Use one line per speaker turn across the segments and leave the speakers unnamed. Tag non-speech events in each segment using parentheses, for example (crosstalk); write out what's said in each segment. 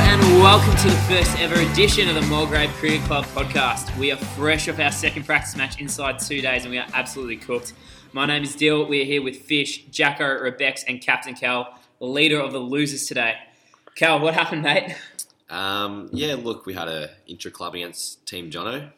Welcome to the first ever edition of the Mulgrave Cricket Club podcast. We are fresh off our second practice match inside two days and we are absolutely cooked. My name is Dill. We are here with Fish, Jacko, Rebex, and Captain Cal, the leader of the losers today. Cal, what happened, mate?
Um, yeah, look, we had a intra club against Team Jono,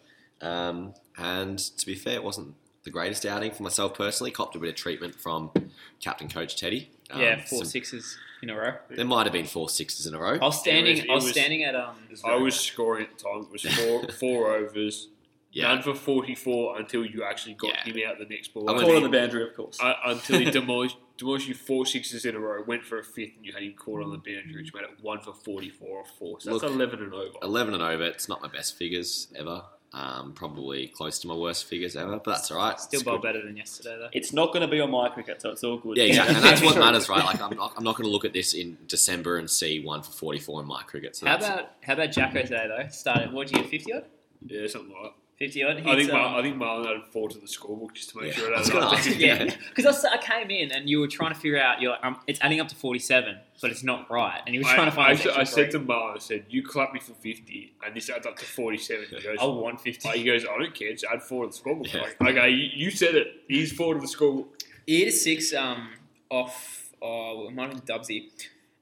um, and to be fair, it wasn't the greatest outing for myself personally. Copped a bit of treatment from captain coach Teddy. Um,
yeah, four
some-
sixes in a row.
There might have been four sixes in a row.
I was standing.
It was-
I was
it was-
standing at um.
I was scoring at times. It was four, four overs,
yeah,
none for 44 until you actually got
Yeah.
him out the next ball.
I went-
Caught on the boundary, of course.
Uh, until he demolished, demolished you four sixes in a row, went for a fifth, and you had him caught on the boundary, which made it one for 44 or four. So that's
Look.
11 and over.
eleven and over. It's not my best figures ever. Um, probably close to my worst figures ever, but that's all right.
still
It's
well
good.
better than yesterday though.
It's not going to be on my cricket, so it's all good.
Yeah, exactly.
(laughs)
And that's what
(laughs)
Sure.
matters,
(laughs)
right? Like, I'm not, I'm not going to look at this in December and see one for 44 in my cricket. So
How
that's-
about how about Jacko today though? Started what did you fifty odd?
Yeah, something like
Fifty odd.
that. I think,
He's, um,
Mar- I think Marlon had four to the scorebook just to make
Yeah.
sure it
I was
added
gonna (laughs)
up.
ask,
yeah, because I, came in and you were trying to figure out. You're like, um, it's adding up to forty-seven, but it's not right. And he was
I,
trying to find.
I
this
said- I
extra
said to Marlon, I said, you clap me for 50, and this adds up to 47. He goes,
break. I want
Oh,
fifty.
he goes, I don't care, just add four to the scorebook.
Yeah.
Like, okay, you, you said it. He's four to the scorebook.
Ear to six, um, off. Oh, it might have been Dubsy.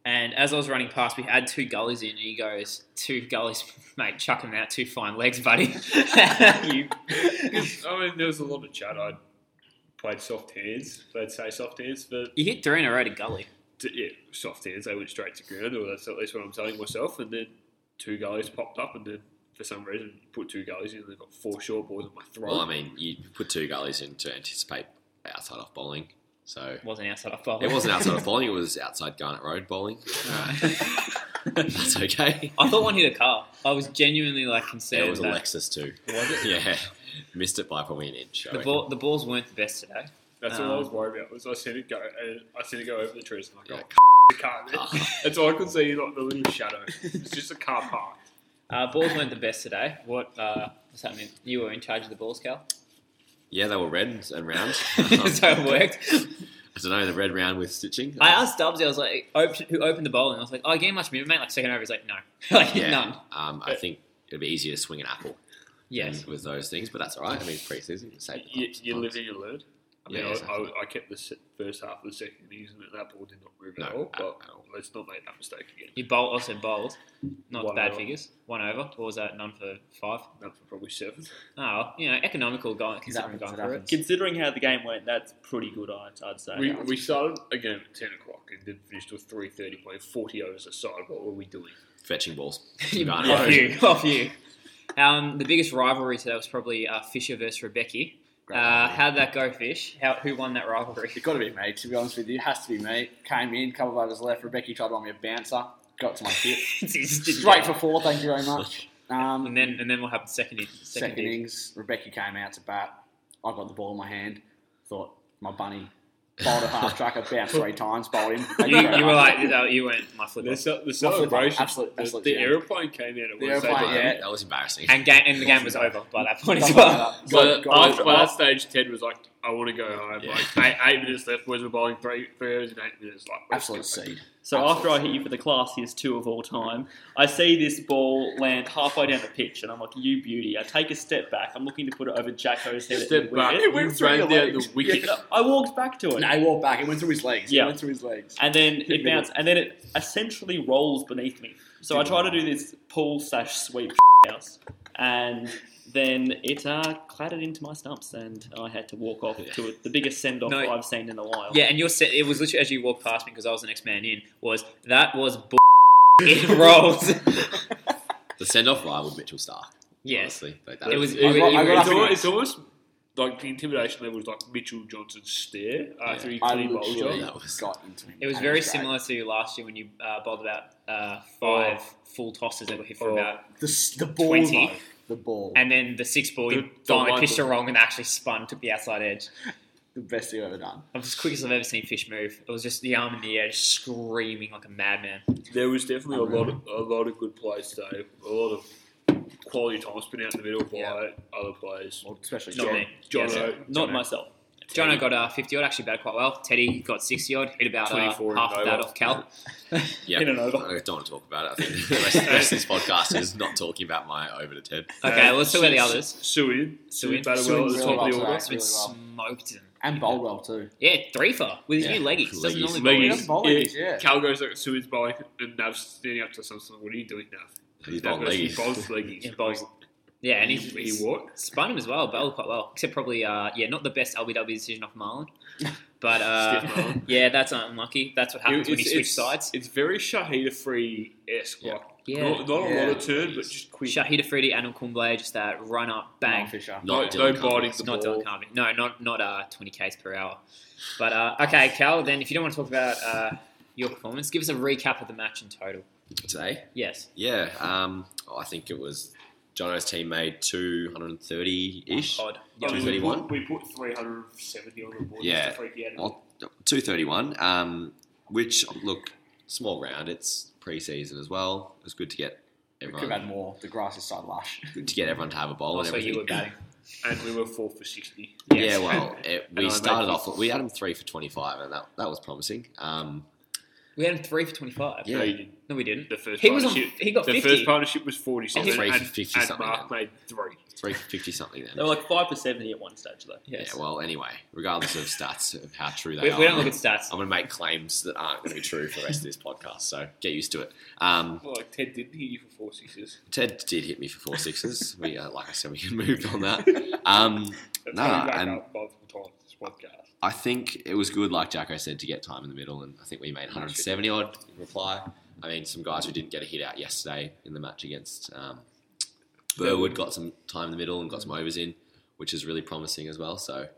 And as I was running past, we had two gullies in, and he goes, two gullies, (laughs) mate, chuck them out, two fine legs, buddy." (laughs) you,
I mean, there was a lot of chat. I played soft hands. They'd say soft hands, but
you hit three in a row to gully.
t- yeah, soft hands. They went straight to ground, or that's at least what I'm telling myself. And then two goalies popped up, and then for some reason put two goalies in. and They got four short balls on my throat.
Well, I mean, you put two gullies in to anticipate outside off bowling. So
Wasn't outside off bowling.
it
(laughs)
wasn't outside off bowling, it was outside Garnet Road bowling. That's okay.
I thought one hit a car. I was genuinely like concerned.
There was a
that-
Lexus too.
Was it?
Yeah. Missed it by probably an inch. I
The,
reckon.
ball, the balls weren't the best today.
that's all I
um,
was worried about. Was I seen it go, and I seen it go over the trees, and I
Yeah, Ah.
got the car. man." That's all I could see, like the little shadow. It's just a car
(laughs)
park.
Uh, balls weren't the best today. What uh, was happening? You were in charge of the balls, Cal. (laughs)
yeah, they were red and round. Um,
so it worked.
I don't know, the red round with stitching.
I asked Dubsy, I was like, op- who opened the bowling? I was like, oh, game much movement, mate. Like, second over, he's like, no. (laughs) like,
yeah.
none.
Um, I think it'd be easier to swing an apple
Yes.
with those things, but that's all right. I mean, it's pre-season. it's safe
You,
sometimes.
you live and you learn. I mean,
Yeah,
I,
exactly.
I, I kept the se- first half of the second season, and that ball did not move at
No,
all.
at
But
all.
let's not make that mistake again.
You bowl, also bowled. Not
One
bad
over.
figures. One over. What was that? None for five.
That's probably seven.
Oh, you know, economical going, considering going for it.
Considering how the game went, that's pretty good, I'd, I'd say.
We, we started a game at ten o'clock and then finished with three thirty, playing forty overs aside. What were we doing?
(laughs)
Fetching balls.
You-
Garnet
off
Road.
you. Off you. Um, the biggest rivalry today was probably uh, Fisher versus Rebecca.
Great
Uh,
idea.
how'd that go, Fish? How, who won that rivalry?
It's
(laughs)
got to be me, to be honest with you. It has to be me. Came in, couple of overs left. Rebecca tried to run me a bouncer. Got to my hip.
(laughs)
Straight for four, thank you very much. Um,
And then and then what happened second in second,
second
in.
innings, Rebecca came out to bat. I got the ball in my hand. Thought, my bunny.
(laughs)
Bowled a half tracker, bounced three times, bowled him. Thank
You,
(laughs)
very
you were
much. (laughs)
like (laughs) no, you went my flip.
The,
off.
ce- the
flip off.
celebration,
Absolute-
the-
absolute
the,
jam.
aeroplane came out at
The
one stage.
aeroplane,
Um,
yeah.
That was embarrassing.
And game and the game was over by that point as
(laughs)
Something
well.
like that.
By,
Got-
the-
got-
by, by that stage, Ted was like, "I want to go home."
Yeah.
Like eight, eight minutes left, boys were bowling three, three overs in eight minutes. Like let's
Absolute
go.
seed.
so after I hit you for the classiest two of all time, I see this ball land halfway down the pitch, and I'm like, you beauty. I take a step back. I'm looking to put it over Jacko's head.
Step
and
back,
wing
it
it.
went
went through
right
your
down
legs.
the wicket. (laughs)
I walked back to it.
No, he walked back. It went through his legs.
Yeah.
It went through his legs.
and then
Hit
it
middle.
bounced, and then it essentially rolls beneath me. So I try to do this pull slash sweep (laughs) house, and then it uh, clattered into my stumps, and I had to walk off to it, the biggest send off
No.
I've seen in a while.
Yeah, and your set it was literally as you walked past me because I was the next man in. Was that was b- it (laughs)
(laughs)
rolls?
The send off rivaled Mitchell Stark.
yes,
Honestly. Like,
it was.
it
It, was-
I got- I
it
got
It's
was-
up-
almost, it's almost like the intimidation level was like Mitchell Johnson's stare after he
I
clean bowled
literally
you.
That was-
got into him.
it was
And
very
great.
similar to last year when you uh, bowled about uh, five full tosses that were hit for
Oh.
about,
The, s- the ball,
20.
though. The ball.
and then the six ball you
The- the
finally
line
pitched it
ball.
wrong and actually spun took the outside edge.
the best thing I've ever done.
That was the quickest I've ever seen Fish move. It was just the arm in the air, just screaming like a madman.
There was definitely a lot, of, a lot of good plays today. A lot of quality time spent out in the middle by
Yeah.
other players.
Well, especially
Not
John.
me.
John,
Yes.
Jono,
not
Jono.
myself.
(laughs) Jono got uh, 50 odd, actually batted quite well. Teddy got 60 odd, hit about uh,
24 and
half of that
over.
off Cal.
Yeah,
In and over.
I don't want to talk about it. I think the rest, the rest of this podcast is not talking about my over to Ted.
Okay,
Uh,
let's talk about the
Su-
others.
Suin.
Suin.
Suin batted well at the
Suin's
top of
really
the
well
order.
today.
But
really well.
smoked him.
And Bolwell too.
Yeah, three for with his
Yeah.
new leggies. Doesn't
Leggies.
normally bowl with
Leggies.
He does
them.
bowlers, yeah.
Cal goes like Suin's bowling and Nav's standing up to something. What are you doing, Nav?
He's
Nav
not
goes,
leggy.
He bowls leggies.
Yeah, bowls- Yeah, and
he,
he's,
he walked.
spun him as well, bowled quite well. Except probably, uh, yeah, not the best LBW decision off Marlon. But uh,
Stiff
(laughs)
Marlon.
yeah, that's unlucky. That's what happens when you switch sides.
It's very Shahida free esque.
Yeah.
Like,
Yeah.
Not, not a
Yeah.
lot of turn, but just quick.
Shahid Afridi and Kumble, just that run
Oh,
up,
Mark
bang.
Fisher.
no,
Not
no
Dylan
biting
Cummings.
the
not
ball.
Dylan Carvey. No, not not uh, 20 k's per hour. But uh, okay, Cal. Then if you don't want to talk about uh, your performance, give us a recap of the match in total.
today.
Yes.
Yeah, um, I think it was Jono's team made 230 ish.
Odd.
I mean, we,
231?
put, we put 370 on the board.
Yeah.
Just to freak you out.
Well, 231, um, which, look, small round. It's pre season as well. It was good to get
We could have had
everyone,
more. The grass is so (laughs) lush.
good to, get everyone to have a bowl and
Also,
everything.
Oh, you were batting.
and we were 4 for 60.
Yeah,
Yes.
well,
(laughs)
it,
I
we
made
started off,
fifty.
we had them three for 25, and that, that was promising. Um,
we had him three for 25.
Yeah.
No, you didn't.
No, we didn't.
(laughs) The first
He was on.
partnership.
He got
the
50.
first partnership was 40 something.
three for
and,
50
and
something
Mark made 3.
three for 50 something then.
They were like five for seventy at one stage though.
Oh, Yes.
Yeah, well, anyway, regardless of stats, of how true they
we,
are.
we don't look at
(laughs)
stats.
I'm going to make claims that aren't going to be true for the rest of this podcast, so get used to it. Um,
Well, like Ted didn't hit you for 4 sixes.
Ted did hit me for four sixes. We, uh, like I said, we (laughs) moved on that. Um,
That's
No,
how you back
and-
up multiple times this podcast.
I think it was good, like Jacko said, to get time in the middle, and I think we made 170 odd in reply. I mean, some guys who didn't get a hit out yesterday in the match against um, Burwood got some time in the middle and got some overs in, which is really promising as well. So,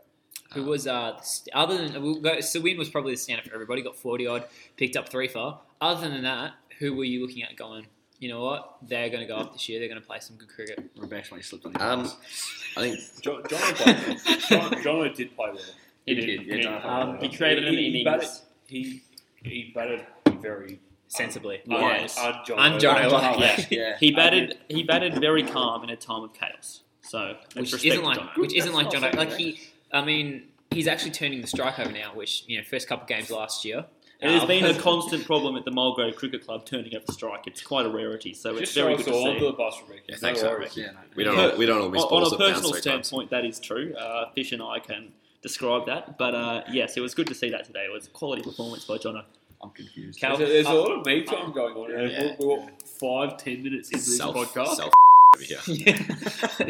Who
um,
was uh st- other than we'll go, Sawin was probably the standout for everybody. Got forty odd, picked up three for. Other than that, who were you looking at going? You know what? They're going to go up this year. They're going to play some good cricket.
(laughs)
Rebecca when he slipped on the
Um,
grass.
I think
John, John, John, John did play well.
He did, yeah, John played
Um, he created an
He- he
innings.
He, he batted very
Sensibly,
un-
Yes.
un- John.
Un- John
Oh,
O'Leary.
(laughs)
John
Yeah.
(laughs) O'Leary, yeah.
He batted. He batted very calm in a time of chaos. So let's
which
respect
isn't like
Jono.
which isn't like
That's
John. O-
not
Like
something,
he, I mean, he's actually turning the strike over now. Which you know, first couple games last year.
It
Um,
has
Uh,
been a constant problem at the Mulgrave Cricket Club turning up the strike. It's quite a rarity, so
Just
it's very
show
good
us
to
all under
see.
the bus, Rick.
Yeah, thanks,
no
Rick.
worries.
Yeah, no.
we don't all, we don't all miss
On,
balls
on
that
a
bounce
personal
three times.
standpoint, that is true. Uh, Fish and I can describe that, but uh, yes, it was good to see that today. It was a quality performance by Jono.
I'm confused.
Cal-
There's, a, there's a lot of me time going on. and
Yeah.
We're, we're five, ten minutes into this
Self,
podcast.
self over here.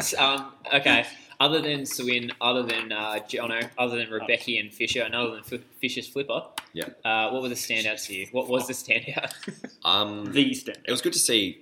(laughs) So, um, okay. Other than Swin, other than uh, Jono, other than Rebecca and Fisher, and other than F- Fisher's flipper,
Yeah.
Uh, what were the standouts to you? What was the standout? (laughs)
Um,
The standard.
it was good to see,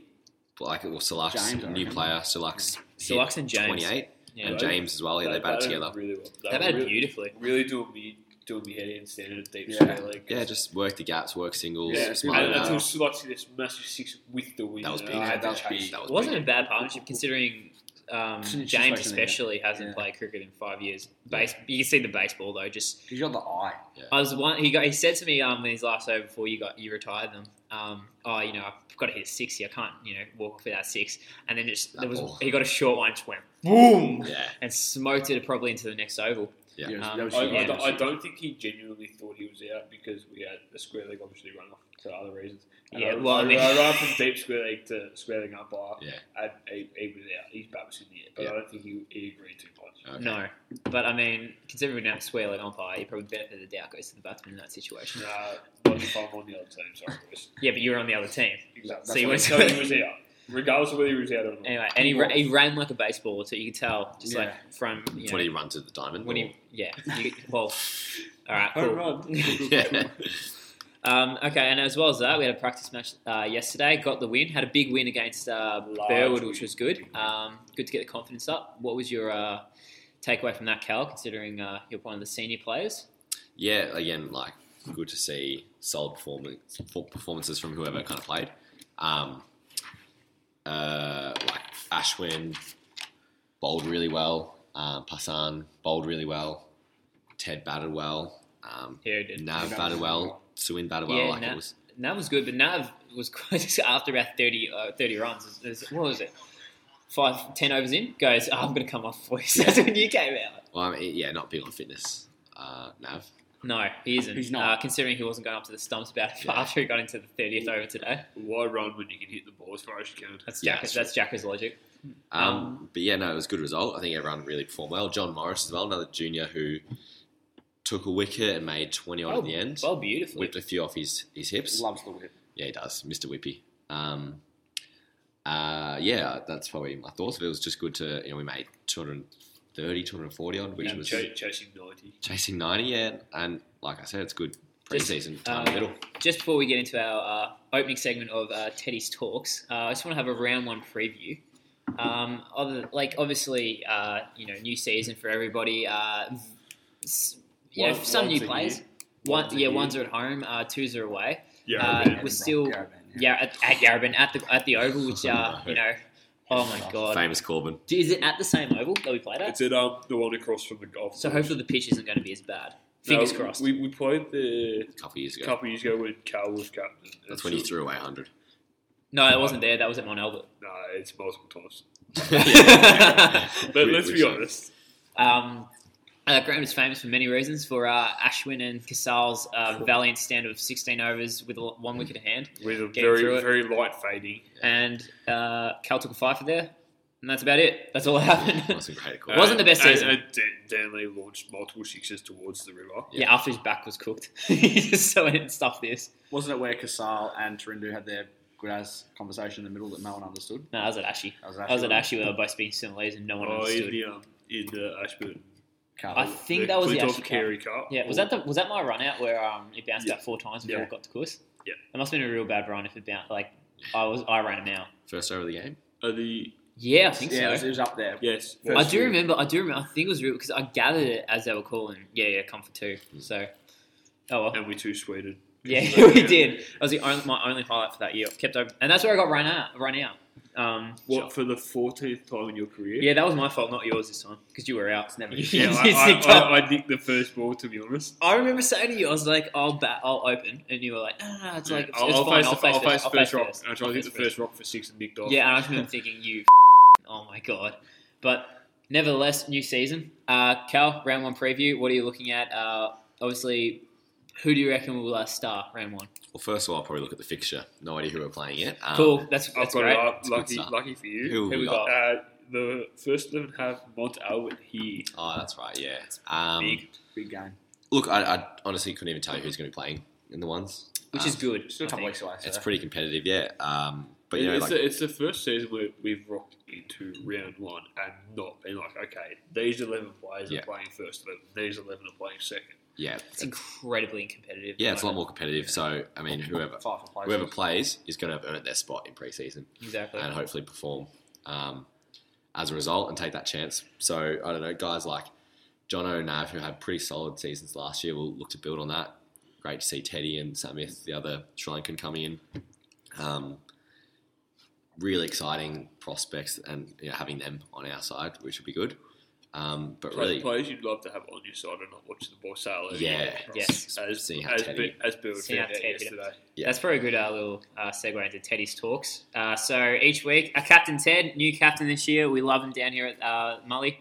like, well, Salak's
James, I
new
reckon.
player, Salak's
Silux and James.
28,
Yeah,
and James as well. Yeah, they batted together.
Really well.
they
were
batted
really,
beautifully.
Really doing me, doing me head in, standing at deep
Yeah.
square leg.
Yeah, just work the gaps, work singles,
Yeah,
smile
and
it
until
out.
Sluxy this massive six with the win.
uh, That was
and
big.
I had
Yeah, that
to
was
chase
big.
That
It
was
wasn't a
big.
bad partnership considering um,
It's just
James
like something,
especially hasn't
Yeah.
played cricket in five years. Base, you can see the baseball though. Just
Because you're the eye.
I was one. He got. He said to me um, in his last over before you got you retired them. Um, oh, you know, I've got to hit sixty. I can't, you know, walk off without six. And then just
That
there was
ball.
he got a short one, just went
Boom!
Yeah,
and smoked it probably into the next oval.
Yeah.
Yeah,
Um,
that was
I, I
Yeah.
don't- I don't think he genuinely thought he was out because we had a square leg obviously run off to other reasons. And
Yeah,
I,
well,
I,
I mean-
I ran from deep square leg to square leg umpire.
yeah.
And he, he was out. He's bouncing in the air, but
Yeah.
I don't think he, he agreed too much.
Okay.
No, but I mean, considering we're now square leg umpire, you probably benefit the doubt goes to the batsman in that situation.
Nah, not if I'm on the other team. Sorry, boys.
Yeah, but you were on the other team.
Exactly.
(laughs) So you
That's
went
what-
to-
no, he was out, regardless of whether he was out or not.
Anyway, and he, ra- he ran like a baseball, so you could tell just
Yeah.
like from you
It's
know,
when he runs to the diamond.
when he yeah. You, well, all right,
Home
cool.
run.
(laughs) yeah.
Um, okay, and as well as that, we had a practice match uh, yesterday. Got the win. Had a big win against uh,
Large
Burwood, which
win.
was good. Um, good to get the confidence up. What was your uh, takeaway from that, Cal? Considering uh, you're one of the senior players.
yeah, again, like good to see solid performance for- performances from whoever kind of played. Um, uh, like Ashwin bowled really well. Um, Pasan bowled really well. Ted batted well. Um,
Here did.
Nav batted well. Suin batted well.
Yeah,
like
Nav-
it was
Nav was good, but Nav was (laughs) quite just after about 30, uh, 30 runs. it was- it was- what was it? Five, ten overs in, goes, "Oh, I'm going to come off, boys. That's when you (laughs) came out.
Well, I mean, yeah, not big on fitness. uh, Nav?
No, he isn't.
He's not.
Uh, considering he wasn't going up to the stumps about (laughs) after he got into the 30th over today.
Why run when you can hit the ball as far as you can?
That's
Yeah,
Jack,
that's
that's Jacker's logic.
Um,
Mm.
but yeah, no, it was a good result. I think everyone really performed well. John Morris as well, another junior who took a wicket and made 20 odd at the end.
Oh, Well, beautifully.
Whipped a few off his, his hips.
Loves the whip.
Yeah, he does, Mr. Whippy. Um, uh, yeah, that's probably my thoughts of it. It was just good to, you know, we made 230, 240 odd, which
And
was
ch- chasing 90.
chasing 90, yeah. And like I said, it's good
Just,
preseason
um,
time in the middle.
Just before we get into our uh, opening segment of uh, Teddy's talks, uh, I just want to have a round one preview. Um, other, like obviously, uh, you know, new season for everybody. Uh, s- you know,
One-
some
one's
new
a
players.
year.
One,
One's a
yeah,
year.
ones are at home, uh, twos are away.
Yeah,
Uh,
man.
we're still-
Yeah, man, yeah.
Yeah, at, at Yarrabin, at the at the Oval, which uh, you
(laughs)
know, oh my god,
Famous Corbin.
is it at the same Oval that we played at?
it's at um, the one across from the golf.
So
course.
hopefully the pitch isn't going to be as bad.
No,
Fingers crossed.
We, we played the
A couple of years
a
ago.
couple of years ago when Cal was captain.
That's when he threw
(laughs)
away 100.
no, it wasn't there. That was at Mount Albert.
No, it's multiple times. But
Which-
let's
which
be
is-
honest.
Um, uh, Graham is famous for many reasons for uh, Ashwin and Casal's uh, valiant stand of 16 overs with a, l-
Mm-hmm.
one wicket at hand.
With a
Get through
very,
it.
very light fading.
And uh, Cal took a five for there, and that's about it. That's all that
(laughs)
happened.
(laughs) Wasn't great at
It
Corbin.
wasn't the best
um, and,
season.
And Dan- Danley launched multiple sixes towards the river.
yeah. after his back was cooked. (laughs) he just so and stuff this.
Wasn't it where Casal and Tarindu had their good ass conversation in the middle that no one understood?
No, I was at Ashy.
I was
I was at
actually-
Ashy where they were both speaking Senegalese and no one
Oh, in
understood.
the, um, in the Ashburton.
I
Carl.
think that was the
Clintoff
Ashy Cup.
Carey Cup.
Yeah, was that the, was that my run out where um, it bounced
Yeah.
out four times before
Yeah.
it got to course?
Yeah.
that must have been a real bad run if it bounced. Like I was, I ran him out.
First over of the game.
Uh, the
Yeah, I think
yeah,
so.
it was, it was up there.
yes.
I
That's
do
real.
remember. I do remember. I think it was real because I gathered it as they were calling. Yeah, yeah, come for two. So, oh well.
And we two sweated.
Yeah, (laughs)
(laughs)
we did. That was the only, my only highlight for that year. Kept over, and that's where I got run out. Run out. Um,
What for the fourteenth time in your career?
Yeah, that was my fault, not yours this time, because (laughs) you were out.
(laughs)
It's never.
Yeah, I, I, I, I nicked the first ball to be honest.
(laughs) I remember saying to you, I was like, "I'll bat, I'll open," and you were like, "No, no, no it's like it's,
I'll,
it's
I'll
fine.
face
I'll
the
face
I'll
first.
face
I'll
the first
face
rock.
first.
I tried
I'll
to hit the
face first.
first rock for six and nicked off.
Yeah, and I
(laughs)
remember thinking, "You, oh my god!" But nevertheless, new season. Uh, Cal, round one preview. What are you looking at? Uh, obviously, who do you reckon will uh, start round one?
Well, first of all, I'll probably look at the fixture. No idea who we're playing yet. Um,
cool. That's
I've
that's
got
great.
it up.
a good
Lucky,
start.
lucky for you.
Who have we got?
Uh, the first eleven have Mont Albert here.
Oh, that's right, yeah. Um,
Big.
Big game.
Look, I, I honestly couldn't even tell you who's going to be playing in the ones.
which is
Um,
good.
Still a
I
couple
think.
weeks away. So.
It's pretty competitive, yeah. Um, but, you know,
it's,
like,
the, it's the first season where we've rocked into round one and not been like, okay, these eleven players
Yeah.
are playing first eleven, these eleven are playing second.
yeah.
It's incredibly competitive.
Yeah, it's a lot more competitive. So, I mean, whoever
Five for places.
whoever plays is going to have earned their spot in preseason
Exactly.
and hopefully perform um, as a result and take that chance. So, I don't know, guys like John O'Nav, who had pretty solid seasons last year, will look to build on that. Great to see Teddy and Samith, the other Sri Lankan, coming in. Um, really exciting prospects and you know, having them on our side, which would be good. Um, but
Play-
really,
Players you'd love to have on your side and not watch the ball sail. over.
Yeah.
Yes.
As,
Seeing how
as,
Teddy-
Bi- as Bill
Seeing how
found out
Teddy-
yesterday.
Yeah.
That's probably a good uh, little uh, segue into Teddy's talks. Uh, so each week, uh, Captain Ted, new captain this year, we love him down here at uh, Mully,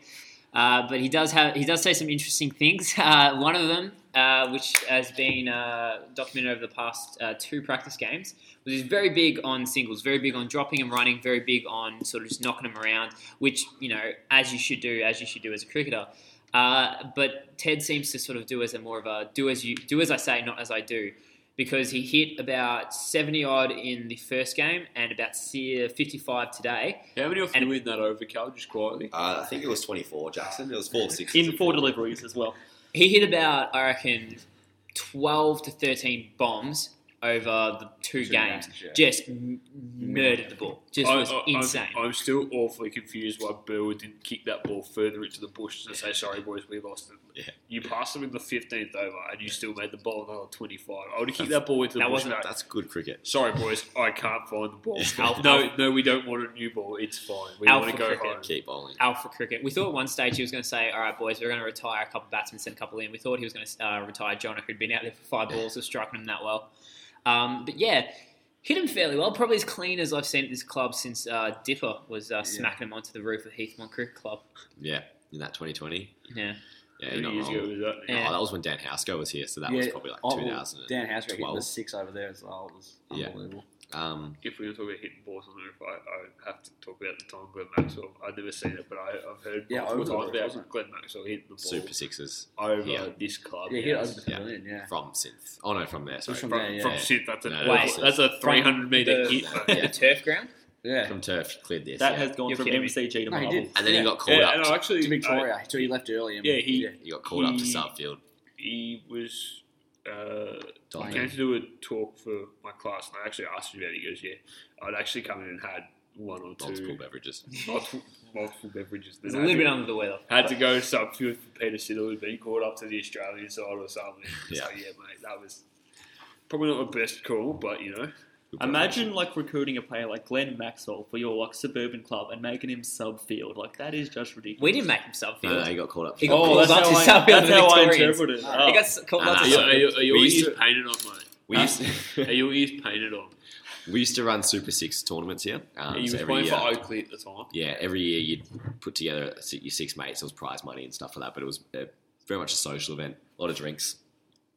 uh, but he does have he does say some interesting things. (laughs) Uh, one of them, uh, which has been uh, documented over the past uh, two practice games, was he's very big on singles, very big on dropping and running, very big on sort of just knocking them around, which you know as you should do, as you should do as a cricketer. Uh, but Ted seems to sort of do as a more of a do as you do as I say, not as I do because he hit about 70 odd in the first game and about se- 55 today.
How many of
And-
you in that over, Cal, just quietly?
uh, I think it was 24, Jackson. It was 4 6.
in four deliveries as well.
He hit about, I reckon, 12 to 13 bombs over the two,
Two
games.
games, yeah.
Just m- murdered the ball. Just was insane.
I'm, I'm still awfully confused why Bill didn't kick that ball further into the bush to say, sorry, boys, we lost it.
Yeah.
You passed him in the 15th over and you still made the ball another 25. I would have kicked that ball into the
that
bush.
wasn't-
and go,
That's good cricket.
Sorry, boys, I can't find the ball.
Alpha-
no, no, we don't want a new ball. It's fine. We
Alpha
want to go
cricket.
home.
Keep bowling.
Alpha cricket. We thought at one stage he was going to say, "All right, boys, we're going to retire a couple of batsmen, send a couple in." We thought he was going to uh, retire Jonah, who'd been out there for five balls, was striking him that well. Um, but yeah, hit him fairly well. Probably as clean as I've seen at this club since uh, Dipper was uh, smacking him onto the roof of Heathmont Cricket Club.
Yeah, in that 2020.
Yeah,
Yeah,
How
you're
many
not
years
wrong.
ago was that?
Yeah.
Oh, that was when Dan Housko was here, so that was probably like
oh, well,
2000.
Dan House getting
12.
the six over there as well. It was
Yeah.
unbelievable.
Um,
If we were talking about hitting balls, I don't know if I, I have to talk about the time Glenn Maxwell. I've never seen it, but I, I've heard
Yeah,
multiple
over
times
the
about
ball, wasn't it?
Glenn Maxwell hitting the ball
Super Sixes
over
Yeah.
this club.
Yeah, he hit
yes.
over the
Yeah.
pavilion. Yeah.
from Synth. Oh no, from there. Sorry,
from
from,
from,
Yeah, yeah.
from shit. That's a
No,
that's-
that's a 300 meter
the-
hit.
Yeah.
The turf ground?
Yeah.
from turf. Cleared this.
That
yeah.
has gone
You're
from
kidding me.
MCG to
No, he
Marvel.
did.
and then
yeah.
he got called
(laughs) Yeah,
up.
and
To,
I actually,
to Victoria. so he left early. And
Yeah, he-
he got called up to
he-
Starfield.
he was. Uh, I
Diamond.
came to do a talk for my class, and I actually asked him about it. He goes, "Yeah, I'd actually come in and had one or
Multiple
two
beverages.
multiple, multiple beverages."
It's
that
a
I
little
did.
bit under the weather.
Had to go subfield for Peter Siddle who'd been called up to the Australian side or something.
Yeah.
So yeah, mate, that was probably not the best call, but you know,
Imagine like recruiting a player like Glenn Maxwell for your like suburban club and making him subfield. Like that is just ridiculous.
We didn't make him sub
No, no,
field.
Uh, he got called up.
He
He
got
got
called-
Oh, that's
Well,
how,
that's
I,
his subfield
that's
to
how I
Victorians.
interpreted it.
He
Oh.
got s- called
Nah,
up
are,
to
nah,
you,
sub
are, you, are your
We used
ears painted on,
(laughs)
mate?
we, used
Are
to,
your ears painted on?
we used to run Super Six tournaments here. Um,
you
so
were
every
playing
year-
for Oakley at the time.
yeah, every year you'd put together si- your six mates. It was prize money and stuff like that, but it was uh, very much a social event. A lot of drinks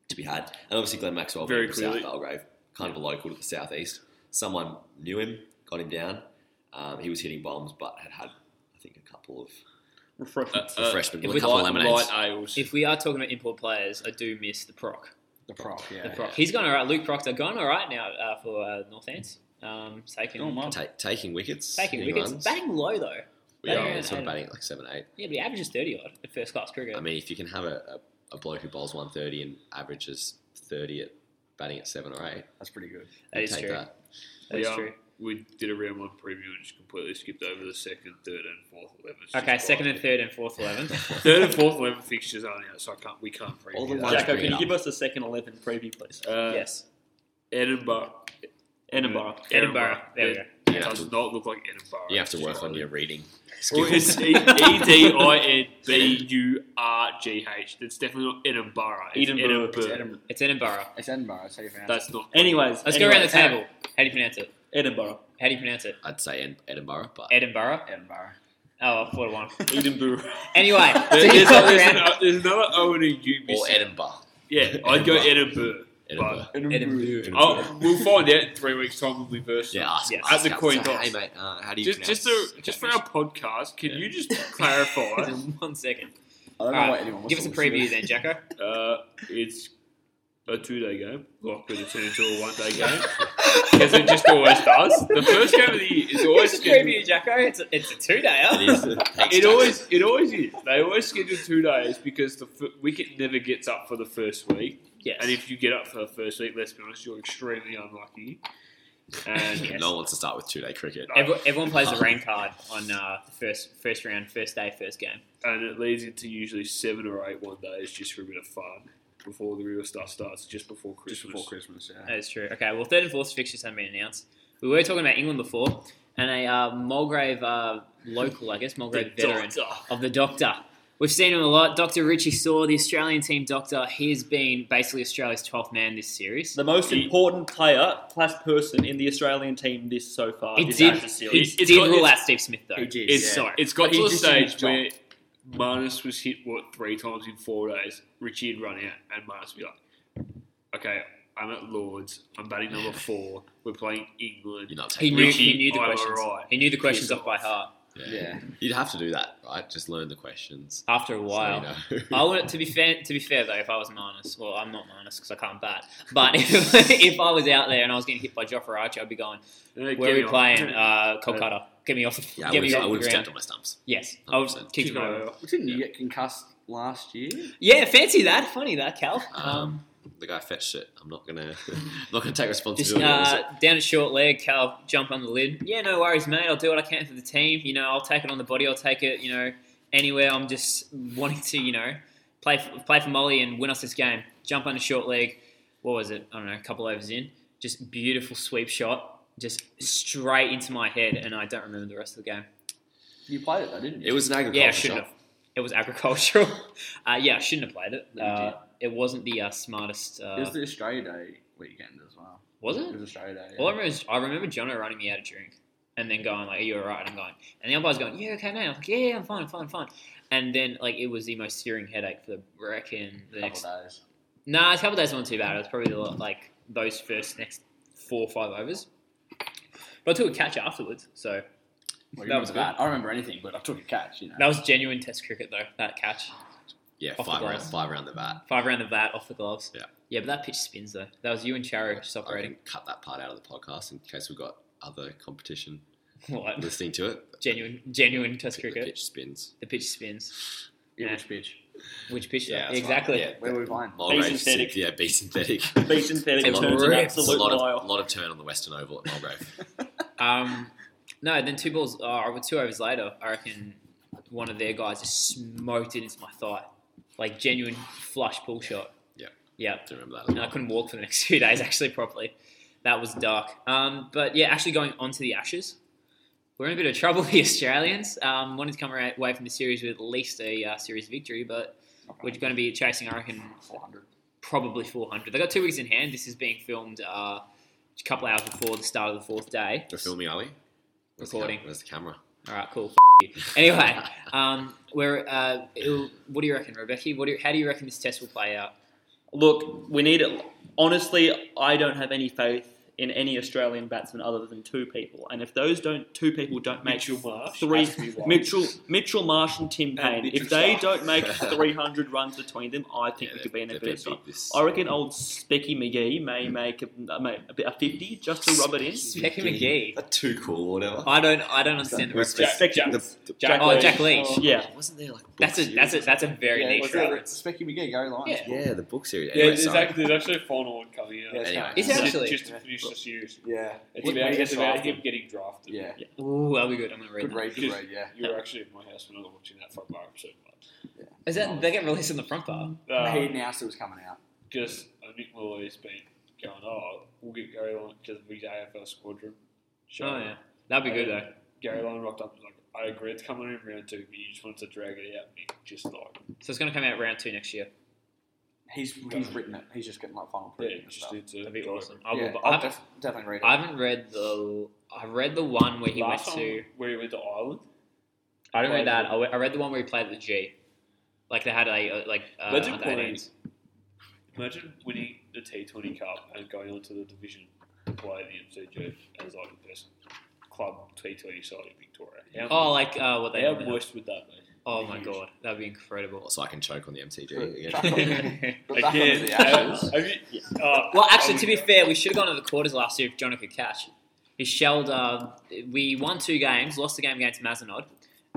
to be had, and obviously Glenn Maxwell
Very
being from South
clearly.
Belgrave, kind of a local to the southeast. Someone knew him, got him down. Um, he was hitting bombs, but had had I think a couple of
Oh.
Refreshments.
uh, Refreshment with
if
a couple
light-
of lemonades.
light ales.
If we are talking about import players, I do miss the Proc.
The prop. Yeah.
The Proc. He's gone all right. Luke Proctor gone all right now uh, for uh, North Ants. Um, taking,
Oh, my.
ta- taking wickets,
taking
hitting
wickets.
runs.
Batting low, though.
Yeah,
Batting
sort
around
of
eight.
batting at like seven eight.
Yeah, but he averages 30 odd at first class cricket.
I mean, if you can have a, a, a bloke who bowls 130 and averages 30 at batting at 7 or 8,
That's pretty good.
that
you
is
take
true.
(laughs)
that.
That is
Yeah.
true.
We did a round one preview and just completely skipped over the second, third, and fourth eleven. It's
Okay,
just
second
wild.
and third and fourth 11.
(laughs)
(laughs) third and fourth eleven fixtures aren't out, so I can't. We can't preview.
All the
that.
ones-
Jacko,
bring
can
it
you
up.
give us a second eleven preview, please?
Uh,
yes.
Edinburgh.
Edinburgh.
Edinburgh. There we go.
You
It
have
does
to,
not look like Edinburgh.
you have to work on your reading
Well,
skills.
it's E D I N B U R G H. That's definitely not Edinburgh. It's
Edinburgh.
Edinburgh.
It's Edinburgh.
It's Edinburgh.
It's Edinburgh. That's how you pronounce it.
That's not.
(laughs)
Anyways,
Let's
anyways,
go around the table. How do you pronounce it?
Edinburgh.
How do you pronounce it?
I'd say Ed- Edinburgh, but
Edinburgh.
Edinburgh.
Oh, four to one.
Edinburgh.
Anyway,
There-
so you
There's,
talk (laughs)
there's
around-
an- there's another O and a U
or
missing.
Edinburgh.
Yeah, I'd go Edinburgh.
Edinburgh.
(laughs) Edinburgh.
Oh, we'll find out in three weeks' time when we verse.
Yeah, ask,
Yes.
ask
At the
Cap-
coin
so,
toss.
Hey mate, uh, how do you
Just, just,
pronounce-
to, just for our podcast, can you just
(laughs)
clarify?
in one second.
I don't know
Alright,
what anyone was
Give us a
talking
preview
about.
then, Jacko.
uh, it's a two-day game, likely to turn into a one-day game, because it just always does. The first game of the year
(laughs)
is
Give us
always
a
scheduled.
preview, Jacko. It's a, it's a two day.
It is. Thanks,
It
Jack. (laughs)
always, it always is. They always schedule two days because the f- wicket never gets up for the first week,
Yes.
and if you get up for the first week, let's be honest, you're extremely unlucky. And
Yes.
(laughs) No one wants to start with two-day cricket.
Every, everyone plays the rain card on uh, the first first round, first day, first game.
and it leads into usually seven or eight one days just for a bit of fun before the real stuff starts, just before Christmas.
Just before Christmas. Yeah.
That is true. Okay, well, third and fourth fixtures haven't been announced. We were talking about England before, and a uh, Mulgrave uh, local, I guess, Mulgrave
The
veteran
doctor.
of the Doctor. We've seen him a lot. Dr. Richie Saw, the Australian team doctor, he has been basically Australia's 12th man this series.
The most
He-
important player, plus person in the Australian team this so far.
He
this
did-
Ashes
He
series.
It's
did
got-
rule
it's-
out Steve Smith, though.
He did,
It's
yeah.
Sorry.
it's got
But he
to a
just did his
stage
job.
where Marnus was hit what three times in four days. Richie had run out, and Marnus would be like, "Okay, I'm at Lords. I'm batting number four. We're playing England."
You're not
He
taking
knew,
Richie,
he knew the
I'm
questions.
alright.
He knew the questions
Piss
off by
off.
heart
Yeah.
You'd have to do that, right? Just learn the questions.
after a while.
So you know.
I want it to be fair. To be fair, though, if I was minus, well, I'm not minus because I can't bat. But (laughs) if, if I was out there and I was getting hit by Jofra Archer, I'd be going,
And they
"Where are
get
we
me on.
playing? Uh, Kolkata? Get me off the.
(laughs) yeah, I
get me
would
off
I would
the
have
ground."
stepped on my stumps.
Yes, I would
100%.
kick
You
him over.
know,
Didn't you get concussed last year?
Yeah, fancy that. Funny that, Cal.
Um, the guy fetched it. I'm not gonna, (laughs) I'm not gonna take
Just
responsibility. It was
uh, down a short leg, Cal, jump on the lid. Yeah, no worries, mate. I'll do what I can for the team. You know, I'll take it on the body. I'll take it, you know, anywhere. I'm just wanting to, you know, play for, play for Molly and win us this game. Jump on a short leg. What was it? I don't know. A couple overs in, just beautiful sweep shot, just straight into my head, and I don't remember the rest of the game.
You played it though, didn't you?
It was an agriculture
Yeah, I shouldn't
shop.
have. It was agricultural. (laughs) uh, yeah, I shouldn't have played it.
No, you
Uh, it wasn't the uh, smartest. Uh,
It was the Australia Day weekend as well.
was it?
It was Australia Day.
All I remember is I remember Jono running me out of drink and then going like, "Are you alright?" And I'm going, and the umpire's going, "Yeah, okay, man." I'm like, "Yeah, yeah, I'm fine, I'm fine, I'm fine." and then like it was the most searing headache for the reckon the
Couple
next.
days.
Nah, a couple days wasn't too bad. It was probably a lot, like those first next four or five overs. But I took a catch afterwards, so
Well,
That
that
was
was bad. I don't remember anything, but I took a catch. You know.
that was genuine Test cricket though. That catch,
Yeah,
Off the
five around,
gloves.
five around the bat.
five round the bat off the gloves.
Yeah.
yeah, but that pitch spins though. That was you and Charo just
I
operating.
reckon cut that part out of the podcast in case we've got other competition
(laughs) What
listening to it.
genuine genuine Test
The
cricket?
pitch spins.
The pitch spins.
yeah,
Yeah.
which pitch?
Which pitch?
Yeah,
though?
that's
exactly.
right.
Where were we playing?
Mulgrave
synthetic.
synth- Yeah, be synthetic.
(laughs) Be synthetic
It
turns an
rips.
a
absolute
lot
liar.
of, lot of turn on the Western Oval at
(laughs)
Mulgrave.
Um, no, then two balls or two overs later, I reckon one of their guys just smoked it into my thigh, like genuine flush pull shot.
Yeah.
yeah.
Do you remember that?
And I couldn't walk for the next (laughs) few days actually properly. That was dark. Um, but yeah, actually going on to the Ashes, we're in a bit of trouble, (laughs) the Australians. Um, wanted to come ra- away from the series with at least a uh, series victory, but we're going to be chasing, I reckon,
400.
probably 400. They got two weeks in hand. This is being filmed uh, a couple hours before the start of the fourth day.
We're filming, are we? Where's the cam-
Recording.
Where's the
(laughs)
camera?
All right, cool. F- you.
(laughs)
Anyway, um, we're, uh, it'll- what do you reckon, Rebecca? What do you, how do you reckon this test will play out?
Look, we need it. Honestly, I don't have any faith in any Australian batsman other than two people. And if those don't two people don't make
Mitchell Marsh
three
has to be one.
Mitchell Mitchell Marsh and Tim Payne,
Mitchell
if they
Stark.
don't make three hundred runs between them, I think
Yeah,
we could be in a
they're-
bit of
they're
trouble.
big this-
I reckon old Specky McGee may make a, a, a fifty just to rub it in.
Specky McGee.
That too cool or whatever.
Oh,
I don't, I don't understand the
Where's
reference.
the-
Jack- Jack-
the- the-
oh, Jack Leach.
Oh,
Yeah,
Wasn't there like
That's a,
book
that's a,
series?
that's a very
Yeah,
niche
was that
reference.
Specky McGee, Gary Lyons.
Yeah.
Yeah, the book series.
Yeah,
Anyway,
there's,
sorry.
act- there's actually a final one coming out.
Yeah, it's
Anyway.
kind of-
Is it
Just-
actually?
Just to finish the series.
Yeah.
It's about, it's about him
drafted.
getting drafted.
Yeah.
Ooh, that'll be good. I'm gonna read.
Good
That.
read, good read, yeah.
You were actually at my house when I was watching that front bar episode.
Is that they get released in the front bar?
But, um,
he announced it was coming out.
just uh, Nick Malloy's been going, oh, we'll get Gary Lyon because we AFL squadron. Sure.
Oh yeah, that'd be good though.
Gary Lyon rocked up and was like, I agree, it's coming in round two, but you just wanted to drag it out, Nick. Just like,
So it's gonna come out round two next year.
He's he's written it. He's just getting like final
yeah,
proof.
you just need to.
That'd be
go
awesome.
over
I will.
yeah,
but I
I'll
haven't,
def- definitely read it.
I haven't read the. I read the one where
it.
he
Last
went
time
to.
where he went to Ireland,
I didn't read
played-
that. I, I read the one where he played at the G. Like they had a like. Uh,
Legend
under
playing.
18s.
imagine winning the T20 Cup and going on to the division to play the MCG as like the best club T20 side in Victoria. How,
Oh, like uh, what they.
how moist would that be?
Oh my
Huge.
god, that'd be incredible.
So I can choke on the MTG
(laughs) Chuck
again.
(laughs)
on
well,
But back onto the Ashes.
have you, oh,
actually, to be
oh,
fair, we should have gone to the quarters last year if Jonah could catch. He shelled. Uh, we won two games, lost the game against Mazenod,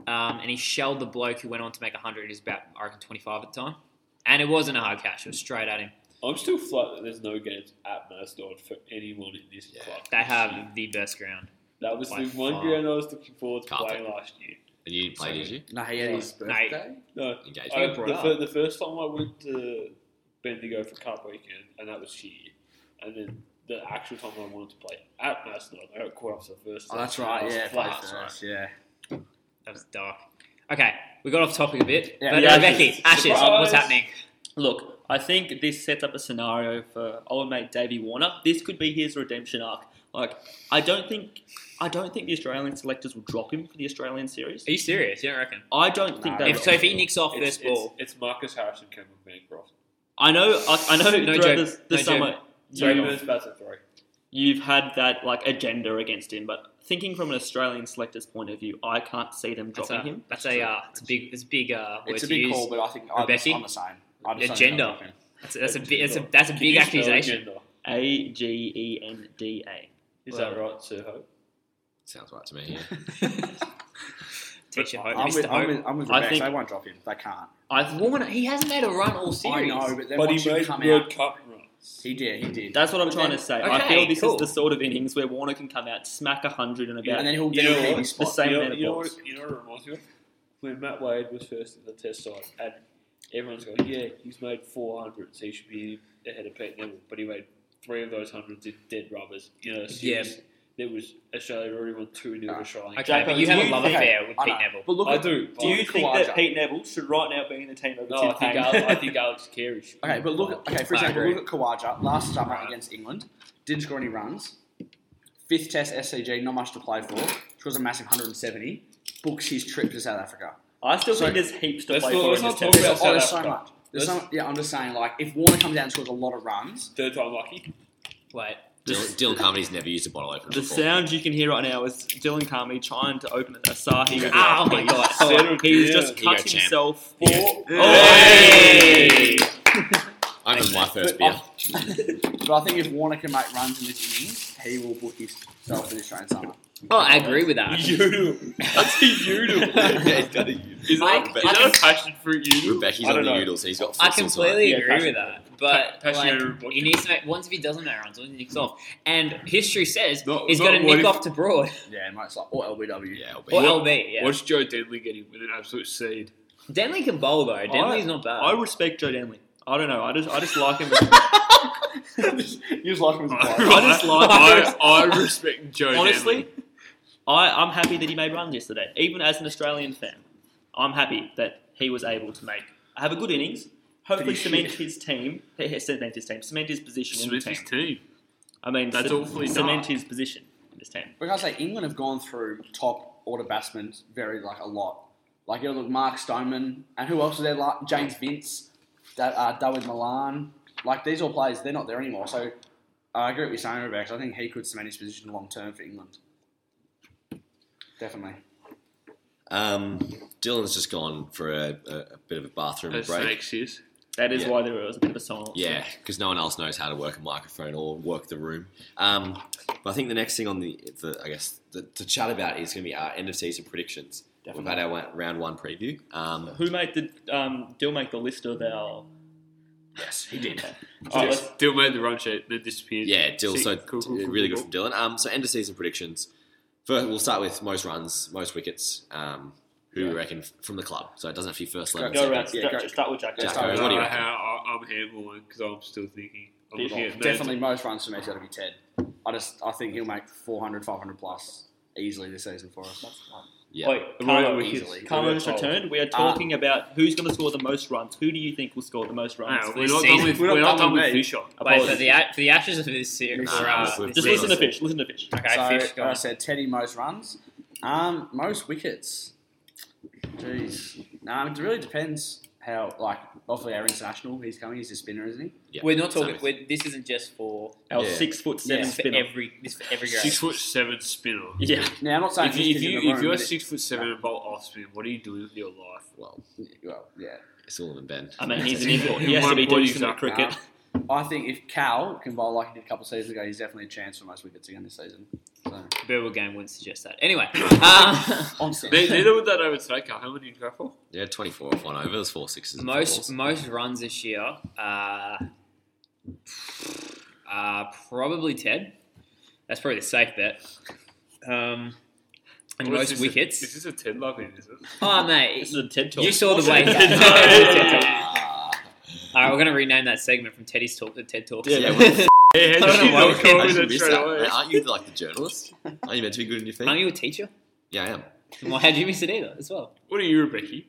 um, and he shelled the bloke who went on to make 100. He was about, I reckon, 25 at the time. And it wasn't a hard catch, it was straight at him.
I'm still flat that there's no games at Mazdod for anyone in this
Yeah.
club.
They have the best ground.
That was
By
the one
far.
ground I was looking forward to
Carpet.
playing last year.
(laughs) And you didn't play, did you?
No, he had his
Mate.
birthday.
No,
Engagement.
I,
you brought
the,
up.
fir- the first time I went to Bendigo for Cup weekend, and that was here. And then the actual time I wanted to play at Massillon, I got caught up to the first.
Oh, that's
time. I
right.
was
Yeah,
flat.
play first. Yeah.
That was dark. Okay, we got off topic a bit.
Yeah,
but
the
uh,
Ashes.
Becky, Ashes,
Surprise.
what's happening?
Look, I think this sets up a scenario for old mate Davey Warner. This could be his redemption arc. Like, I don't think, I don't think the Australian selectors will drop him for the Australian series.
Are you serious? You don't reckon?
I don't think
Nah,
they.
If,
will.
so if he nicks off
It's,
first
it's,
ball,
it's Marcus Harrison, Cameron Bancroft.
I know, I, I know.
No
throughout
joke.
the, the
No joke.
summer,
Sorry,
you,
but it's Bassett three.
you've had that like agenda against him. But thinking from an Australian selector's point of view, I can't see them
that's
dropping
a,
him.
that's a, uh, it's a big, it's a big uh, word
It's a
to
big
use.
call, but I think I'm,
Rebecca?
I'm the same. I'm the same
Agenda.
kind of thing.
That's a, that's a, big, that's a, that's a big
Can you spell
accusation.
gender?
A G E N D A.
Is
Well-
that right, Sir Hope?
Sounds right to me. Yeah.
(laughs) Teacher Hope,
I'm
Mr.
with, I'm
Hope.
with, I'm with
I
Rebecca.
think-
They won't drop him. They can't.
I
Warner, he hasn't made a run all series.
I know, but then
But
once
he
you
made
come
World
out,
Cup runs.
he did. He did.
That's what I'm
But
trying
then-
to say.
okay,
I feel this
cool.
is the sort of innings where Warner can come out, smack hundred, and about
and then he'll
You
get
know
a
what?
leading
the
spot.
same
you know,
amount of
you know
balls.
what, you know what it reminds me of? When Matt Wade was first in the test side, and everyone's going, yeah, he's made 400, so he should be ahead of Pete Neville, but he made three of those hundreds in dead rubbers. You know,
Yeah.
series there was Australia already won 2 nil
Ah.
Australia.
Okay, but
Jacko,
you
do
have a
you
love
think-
affair with
I
Pete
know.
Neville.
But look,
I
at,
do.
Do you
Like
think
Kawaja.
that Pete Neville should right now be in the team over
No,
Tim
I think,
Payne?
Al, I think Alex Carey should.
okay, but look. at- Okay, for
I
example,
agree.
look at Kawaja last summer
Right.
against England. Didn't score any runs. Fifth Test SCG, not much to play for. Scores a massive 170. Books his trip to South Africa.
(laughs) I still
So-
think there's heaps to
Let's
play
not-
for.
let's
in this
not talk
test.
about-
There's, oh, there's so
South Africa.
much. There's
Let's-
so, yeah, I'm just saying, like, if Warner comes out and scores a lot of runs,
Third time lucky.
Wait,
Dylan, Dylan Carmody's never used a bottle opener
The
before.
sound you can hear right now is Dylan Carmi trying to open a Asahi. with
Oh
his
my
keys.
God.
So He's
Yeah.
Here
just
you
cut
go, champ.
himself.
Four.
Oh,
Hey!
I remember
(laughs)
my first
but,
beer.
I, (laughs) but I think if Warner can make runs in this innings, he will book himself for the Australian summer.
oh, I agree with
(laughs)
that.
Yodel. That's a yodel.
Yeah, he's got a-
Is
I-
that, is
I-
that a passion fruit yodel?
Rebecca's
I
on
don't
the
know.
noodles and he's got
I
fossils on it.
completely
Yeah,
agree
passion-
with that, but
pa- passion
like,
over book.
he needs to make once if he doesn't make runs, once he nicks off, and history says
Not-
he's
not
going to
what
nick
if-
off to Broad
Yeah, most like, or LBW.
Yeah, it'll be-
or
What-
LB. Yeah,
What's Joe Denley getting with an absolute seed?
Denley can bowl though. Denley's not bad.
I respect Joe Danley. I don't know. I just I just like him. (laughs)
you just like him as a
I,
player.
just like-
(laughs) I, I respect Joe
Honestly,
Denley.
I, I'm happy that he made runs yesterday. Even as an Australian fan, I'm happy that he was able to make have a good innings. Hopefully,
Pretty
cement his team. eh, Cement his team. Cement his position
Smith
in the
his
team.
team.
I mean,
That's
ce-
awfully
cement
dark.
his position in this team.
But can I say England have gone through top order batsmen very like a lot. Like you know, look, Mark Stoneman and who else was there? Like, James Vince, da, uh, David Milan. Like these all players, they're not there anymore. So I agree with you saying, Rebecca. 'cause I think he could cement his position long term for England. Definitely.
Um, Dylan's just gone for a, a, a bit of a bathroom
That's
break.
snakes is.
That is
Yeah.
why there was a bit of a silence.
Yeah, because no one else knows how to work a microphone or work the room. Um, but I think the next thing on the, the I guess, the, to chat about is going to be our end of season predictions. We've had our wa- round one preview. Um,
Who made the um, Dill make the list of our?
yes, he did.
Oh,
Yes. Still made the run sheet that disappeared.
Yeah, Dill.
See,
So
cool, cool, cool,
really
cool,
good from Dylan. Um, so end of season predictions. First, we'll start with most runs, most wickets. Um, who do we reckon f- from the club? So it doesn't have to be first eleven.
Go
second.
go around.
Yeah,
start,
go-
start with Jack.
Jacko,
Sorry,
I
what
don't
do you
know
reckon?
Uh, how I, I'm handling because I'm still thinking. I'm
Fish.
looking at notes.
Definitely, most runs for me has got to be Ted. I just I think he'll make 400, 500 plus easily this season for us.
Yeah.
Wait,
Right,
Carlo,
we
easily.
can-
Carlo's
we're told.
returned. We are talking about who's going to score the most runs. Who do you think will score the most
Hang
runs?
on,
this
we're not
season?
done with,
We're not
we're not
done
done
with
with
me.
fish shot.
Wait for
Apologies.
the a- for the ashes of this series.
Nah,
or, uh,
we've-
Just
we've-
listen to fish. Listen to fish.
okay,
so,
fish
like I
gone.
said Teddy most runs, um, most wickets. Jeez, um, it really depends how. Like, obviously, our international, he's coming. He's a spinner, isn't he?
yeah.
We're not
Same
talking.
with-
We're, this isn't just for
Our
Yeah.
six foot seven
this is for
spinner.
every this is for every grade.
Six foot seven spinner.
yeah,
Now, I'm not saying
If
he's
you, if
in
you
the
if
room,
you're
but it-
six foot seven and bolt off spin, what are you doing with your life?
Well,
well, yeah.
it's all in Ben.
I mean he's an
That's- (laughs)
import. He has to be
What
doing
is
some
that?
cricket.
Um, I think if Cal can bowl like he did a couple of seasons ago, he's definitely a chance for most wickets again this season. So,
Burwell game wouldn't suggest that. (laughs) Anyway, um,
on
Ne- Neither would that over Taker. How many did you go for?
Yeah, 24 off one over. There's four sixes. and four
most
balls.
most runs this year uh, uh, probably Ted. That's probably the safe bet. Um, and
Well, this
most
is a-
wickets.
This is a Ted Love in, is it?
oh
This
mate,
is a TED talk.
you saw the (laughs) way.
(laughs)
Yeah.
All right, we're gonna rename that segment from Teddy's talk to Ted Talk.
Yeah,
(laughs)
yeah,
Yeah,
don't know
you
why
not
we can't
call
I
me
should
that
miss
straight
that.
away.
Mate, Aren't you like the journalist? Aren't you meant to be good in your
Aren't
thing?
you a teacher?
Yeah, I am.
Well, how'd you miss it either as well? (laughs)
What are you, Rebecca?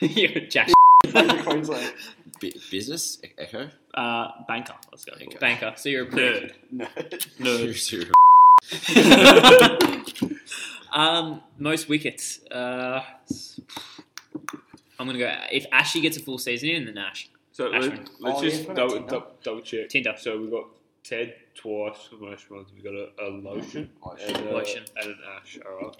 You're a jack
(laughs) Queensland.
B- business? E- Echo?
uh, banker. Let's go.
Banker.
banker, so you're a prick.
Nerd.
(laughs) You're
Nerd.
serious.
Um, most wickets. Uh, I'm gonna go. If Ashley gets a full season in, then Ash.
So let,
Ashman.
us
Oh, yeah,
just
what about
double,
Tinder?
double, double check.
Tinder.
So we got Ted twice for most runs. We got a, a lotion,
Lotion.
and, a,
Lotion.
and an ash. All right.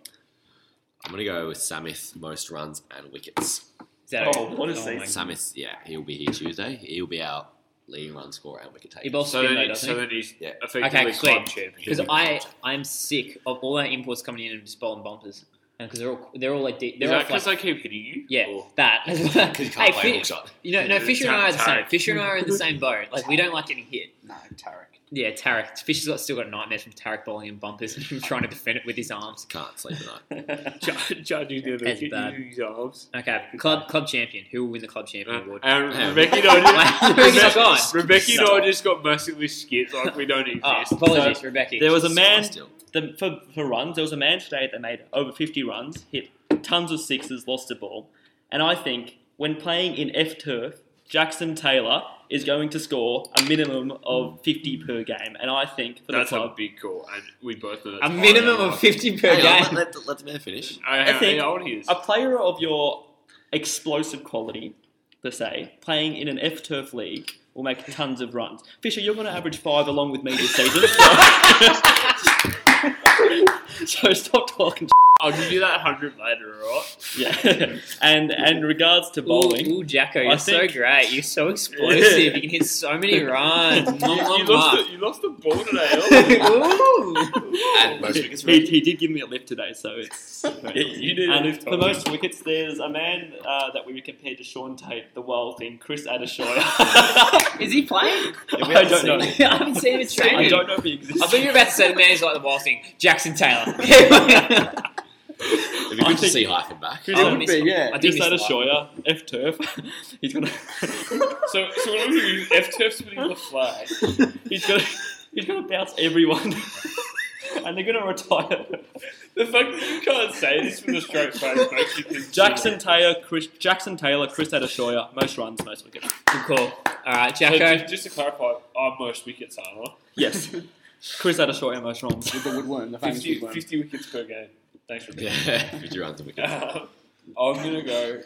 I'm going to go with Samith, most runs and wickets.
Is that
Oh, what a
my
season.
God.
Samith, yeah, he'll be here Tuesday. He'll be our leading run scorer and wicket
He
(laughs) taker.
bowls
So
spin though,
then, so
doesn't he?
then he's
Yeah.
effectively
Okay,
club
sweet.
champion.
Because I I'm sick of all our imports coming in and just bowling bumpers, and because they're all they're all like de-
Is
they're
that
all like,
because I keep
(laughs)
hitting you?
yeah
Or-
that.
Because you can't
hey,
play a
Fi-
hook shot.
you know, no,
Yeah,
Fisher and I are the same.
Tarek.
Fisher and I are in the same boat. Like we don't like getting hit.
No, Tarek.
Yeah, Tarek. Fisher's got still got nightmares from Tarek bowling in bumpers and him trying to defend it with his arms.
Can't sleep at night.
Jar- Jardu did
That's
it. Hit
bad.
you in his arms.
Okay, club club champion. Who will win the club champion
Uh,
award?
and
Yeah.
Rebecca and I
Rebecca's
just,
gone.
Rebecca, Rebecca and I just got massively skipped like
(laughs)
we don't exist.
Oh, apologies, Rebecca.
uh, There was a man
Still.
the, for, for runs. There was a man today that made over 50 runs, hit tons of sixes, lost a ball. And I think when playing in F turf, Jackson Taylor is going to score a minimum of 50 per game. And I think for the
That's a
club,
big call, and we both know that's
a
high
minimum
on
of
us.
fifty per
Hang on,
game.
let, let, let the man finish.
I,
I think-
how old he is.
a player of your explosive quality per se, playing in an F turf league will make tons of runs. Fisher, you're going to average five along with me this season. So, (laughs) so stop talking.
I'll give you that hundred later, alright?
Yeah. And and regards to bowling,
Ooh, ooh, Jacko, you're
I
so
think-
great. You're so explosive. you can hit so
(laughs)
many runs. Nom, nom,
(laughs) you, lost
nom.
the, you lost the ball
(laughs)
today.
Ooh. (laughs)
And most
he,
biggest
he- he did give me a lift today, so it's.
yeah, (laughs) you did.
And if the most wickets, there's a man uh, that we compared to Sean Tate, the world thing,
(laughs)
Chris Addishoy.
Is he playing?
Yeah, we
(laughs) I
haven't
don't
seen
know.
I haven't seen him training.
I don't know if he exists.
I thought you were about to say the man is like the wild thing, Jackson Taylor. (laughs)
It'd be good
I
to
think-
see Hyphen back.
Chris
It
Oh,
would
he's-
be, yeah.
I think
Just
he's
out of
like-
Shoya, F turf. (laughs) He's gonna
so, so what do we do? F turf's winning the flag.
he's gonna he's gonna bounce everyone. (laughs) and they're gonna retire.
The fact that you can't say this with a straight face makes you think.
Jackson Taylor, Chris Jackson Taylor, Chris Adeshoya, most runs, most wickets.
Good call. All right,
So
Jacko.
just, just to clarify, our most wickets are huh?
Yes. (laughs) Chris Adeshoya, most runs.
With the woodworm,
Uh,
the famous
50,
woodworm.
50 wickets per game. Thanks for that.
(laughs) Yeah, 50 runs a wicket.
Um, (laughs) I'm gonna go.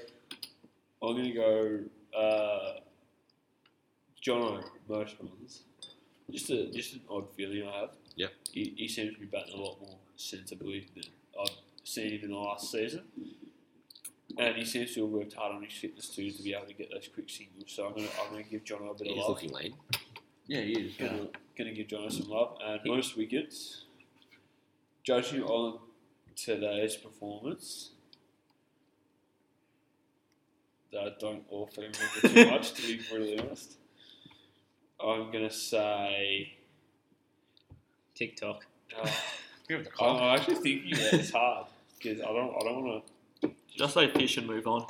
I'm gonna go. Uh, John Marshmallows. Just a just an odd feeling I have.
Yep.
He, he seems to be batting a lot more sensibly than I've seen him in the last season. And he seems to have worked hard on his fitness too to be able to get those quick singles. So I'm gonna I'm gonna give John a bit of
He's
love.
looking lean.
Yeah, he is. yeah.
Gonna, gonna give John some love and most wickets. Judging on today's performance, I don't often remember too much to be brutally honest. I'm gonna say.
TikTok.
Uh, I'm I'm actually thinking that it's hard because I don't. I don't want to.
Just say fish and move (laughs) on.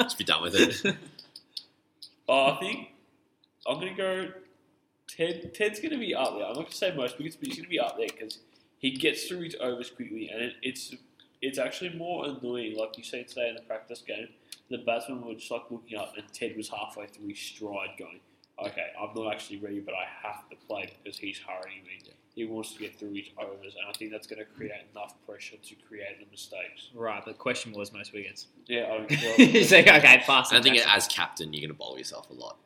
Just be done with it.
Oh, I think I'm gonna go. Ted. Ted's gonna be up there. I'm not gonna say most wickets, but he's gonna be up there because he gets through his overs quickly, and it, it's it's actually more annoying. Like you see today in the practice game, the batsmen were just like looking up, and Ted was halfway through his stride, going, "Okay, I'm not actually ready, but I have to play because he's hurrying me. He wants to get through his overs, and I think that's gonna create enough pressure to create the mistakes."
Right, the question was most wickets.
Yeah, I well,
(laughs) He's like, okay, pass.
I
it,
think
pass
as captain, you're going to bowl yourself a lot.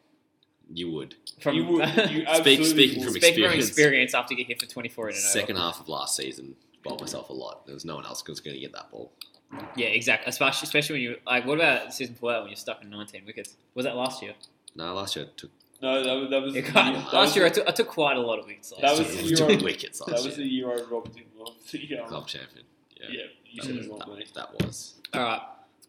You would.
it. from
you would,
(laughs)
you
speaking (laughs) from
absolutely would.
speaking from
experience.
experience after you get hit for 24 in an
Second half of last season, bowled myself a lot. There was no one else who was going to get that ball.
over. Yeah, exactly. Especially, especially when you like. What about season four when you're stuck in 19 wickets? Was that last year?
No, last year it took,
No, that was that was
Yeah,
the-
God,
that was
last
the-
year I took, I took quite a lot of wickets. Last
That
year.
was
it
the
took
Euro-
wickets
That
last
was
year.
the year I robbed him of (laughs) the um,
Club champion. Yeah.
Yeah, you
That
said
was-
it wrong, (laughs) mate.
that, that was.
All right.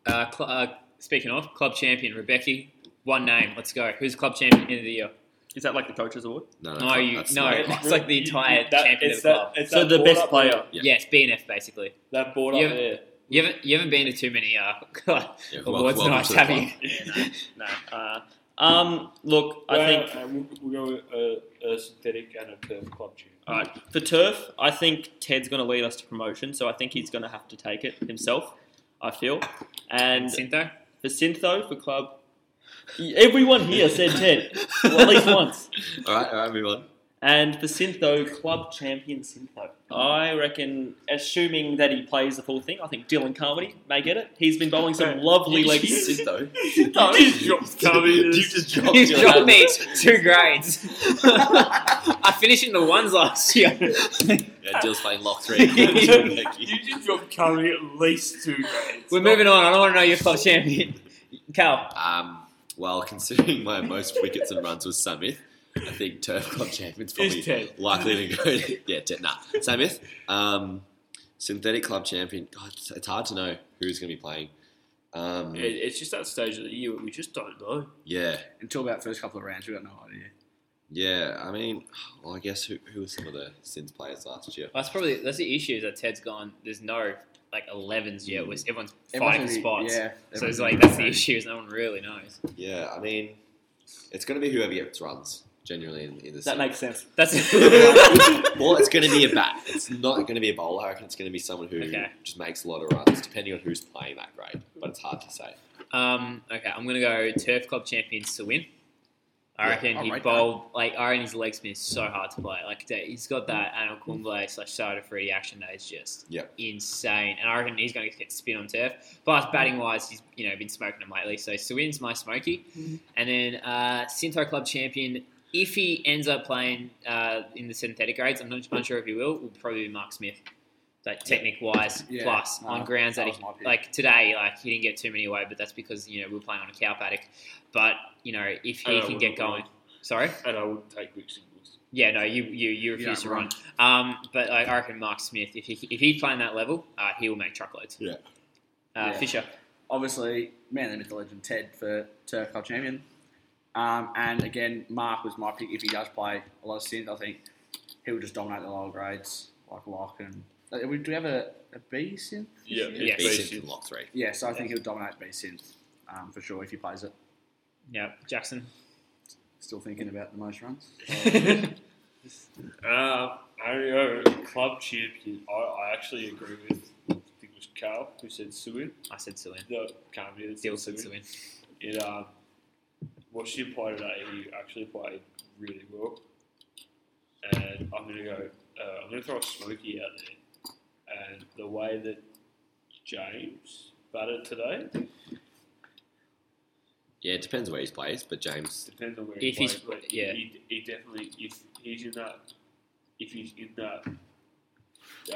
Uh, cl- uh, speaking of club champion Rebecca, one name. Let's go. Who's club champion end of the year?
Is that like the coach's award?
No, no,
No,
club-
you-
that's
no.
not-
It's like the entire champion of
it's
the club.
That, it's
so
that
the
board
best
up
player.
there.
Yeah.
Yes, BNF basically.
That board
Yeah.
up there.
You haven't you haven't been to too many uh, (laughs)
Yeah, wel-
awards
welcome
nights,
to the
have
club.
you?
Yeah, no. no. Uh, um, look, I
Well,
think
uh, we'll, we'll go a, a synthetic and a turf club tune.
All right. For turf, I think Ted's going to lead us to promotion, so I think he's going to have to take it himself. I feel. And
Cinto?
for Syntho, for club, everyone here said Ted, well, at least once.
All right, all right, move on.
And for Syntho, club champion Syntho. I reckon, assuming that he plays the full thing, I think Dylan Carmody may get it. He's been bowling some lovely legs.
(laughs) Sid, though.
Syntho. (laughs)
You
(laughs)
just dropped
He's
your-
dropped me two grades. (laughs) I finished in the ones last year. (laughs)
Yeah, Dill's playing lock (laughs) three. Becky.
You just dropped Curry at least two grades.
We're moving on. I don't want to know your club champion. Cal,
um, well, considering my most wickets and runs was Samith, I think Turf Club Champion's probably
Is Ted.
likely to go. yeah, Ted. Nah, Samith. Um, synthetic Club Champion. God, it's, it's hard to know who's going to be playing. Um,
It, it's just that stage of the year where we just don't know.
yeah,
Until about first couple of rounds, we got no idea.
yeah. I mean, well, I guess who, who were some of the Sins players last year?
that's probably that's the issue is that Ted's gone. There's no like 11s yet. Where everyone's fighting
Everyone's
for
gonna be-
spots.
Yeah.
so it's
everyone's
like
gonna
that's the
be-
issue is no one really knows.
Yeah, I mean, it's going to be whoever gets runs. Generally, in, in the (laughs)
That makes sense.
That's (laughs)
(laughs)
Well, it's going to be a bat. It's not going to be a bowler. I reckon it's going to be someone who
Okay.
just makes a lot of runs, depending on who's playing that grade. But it's hard to say.
um, okay. I'm gonna go turf club champion Sawin. I
Yeah,
reckon
I'll
he
rate that.
bowled like I reckon his leg spin is so hard to play. Like that- he's got
Mm.
that Anil Kumble slash Sada free action that is just
Yep.
insane. And I reckon he's going to get spin on turf.
Mm.
But batting wise, he's you know been smoking them lately. So Swin's my smoky,
Mm.
and then uh, Sinto Club champion. If he ends up playing uh, in the synthetic grades, I'm not unsure if he will. Will probably be Mark Smith, like technique wise,
Yeah, Uh-huh.
plus
no,
on grounds that
that
he
was my pick.
like today, like he didn't get too many away, but that's because you know we were playing on a cow paddock. But you know if
And
he can
I wouldn't
get going,
mind.
sorry,
And I would take quick singles.
yeah, no, you you you refuse
don't
to run. Um, but like, I reckon Mark Smith, if he if he's playing that level, uh, he will make truckloads.
Yeah.
Uh,
Yeah.
Fisher.
obviously, man of the myth, the legend, Ted for Turf Club champion. Um, and again, Mark was my pick. If he does play a lot of synth, I think he will just dominate the lower grades, like Lock and. Like, we- do we have a, a B synth?
Yeah,
Yes.
Be simple
it's basic.
in lock three.
Yeah, so I think he'll dominate B synth um, for sure if he plays it.
Yeah, Jackson.
Still thinking about the most runs.
Uh, I don't know. Club champion. I, I actually agree with. I think it was Carl who said Suin.
I said Suin.
No, can't be. It's
Still
Suin.
said Suin.
It um, what she applied today, he actually played really well. And I'm gonna go. Uh, I'm gonna throw a smoky out there. And the way that James batted today
Yeah, it depends where he plays, but James.
depends on where
If
he plays.
he's-
but
yeah.
he, he definitely if he's in that if he's in that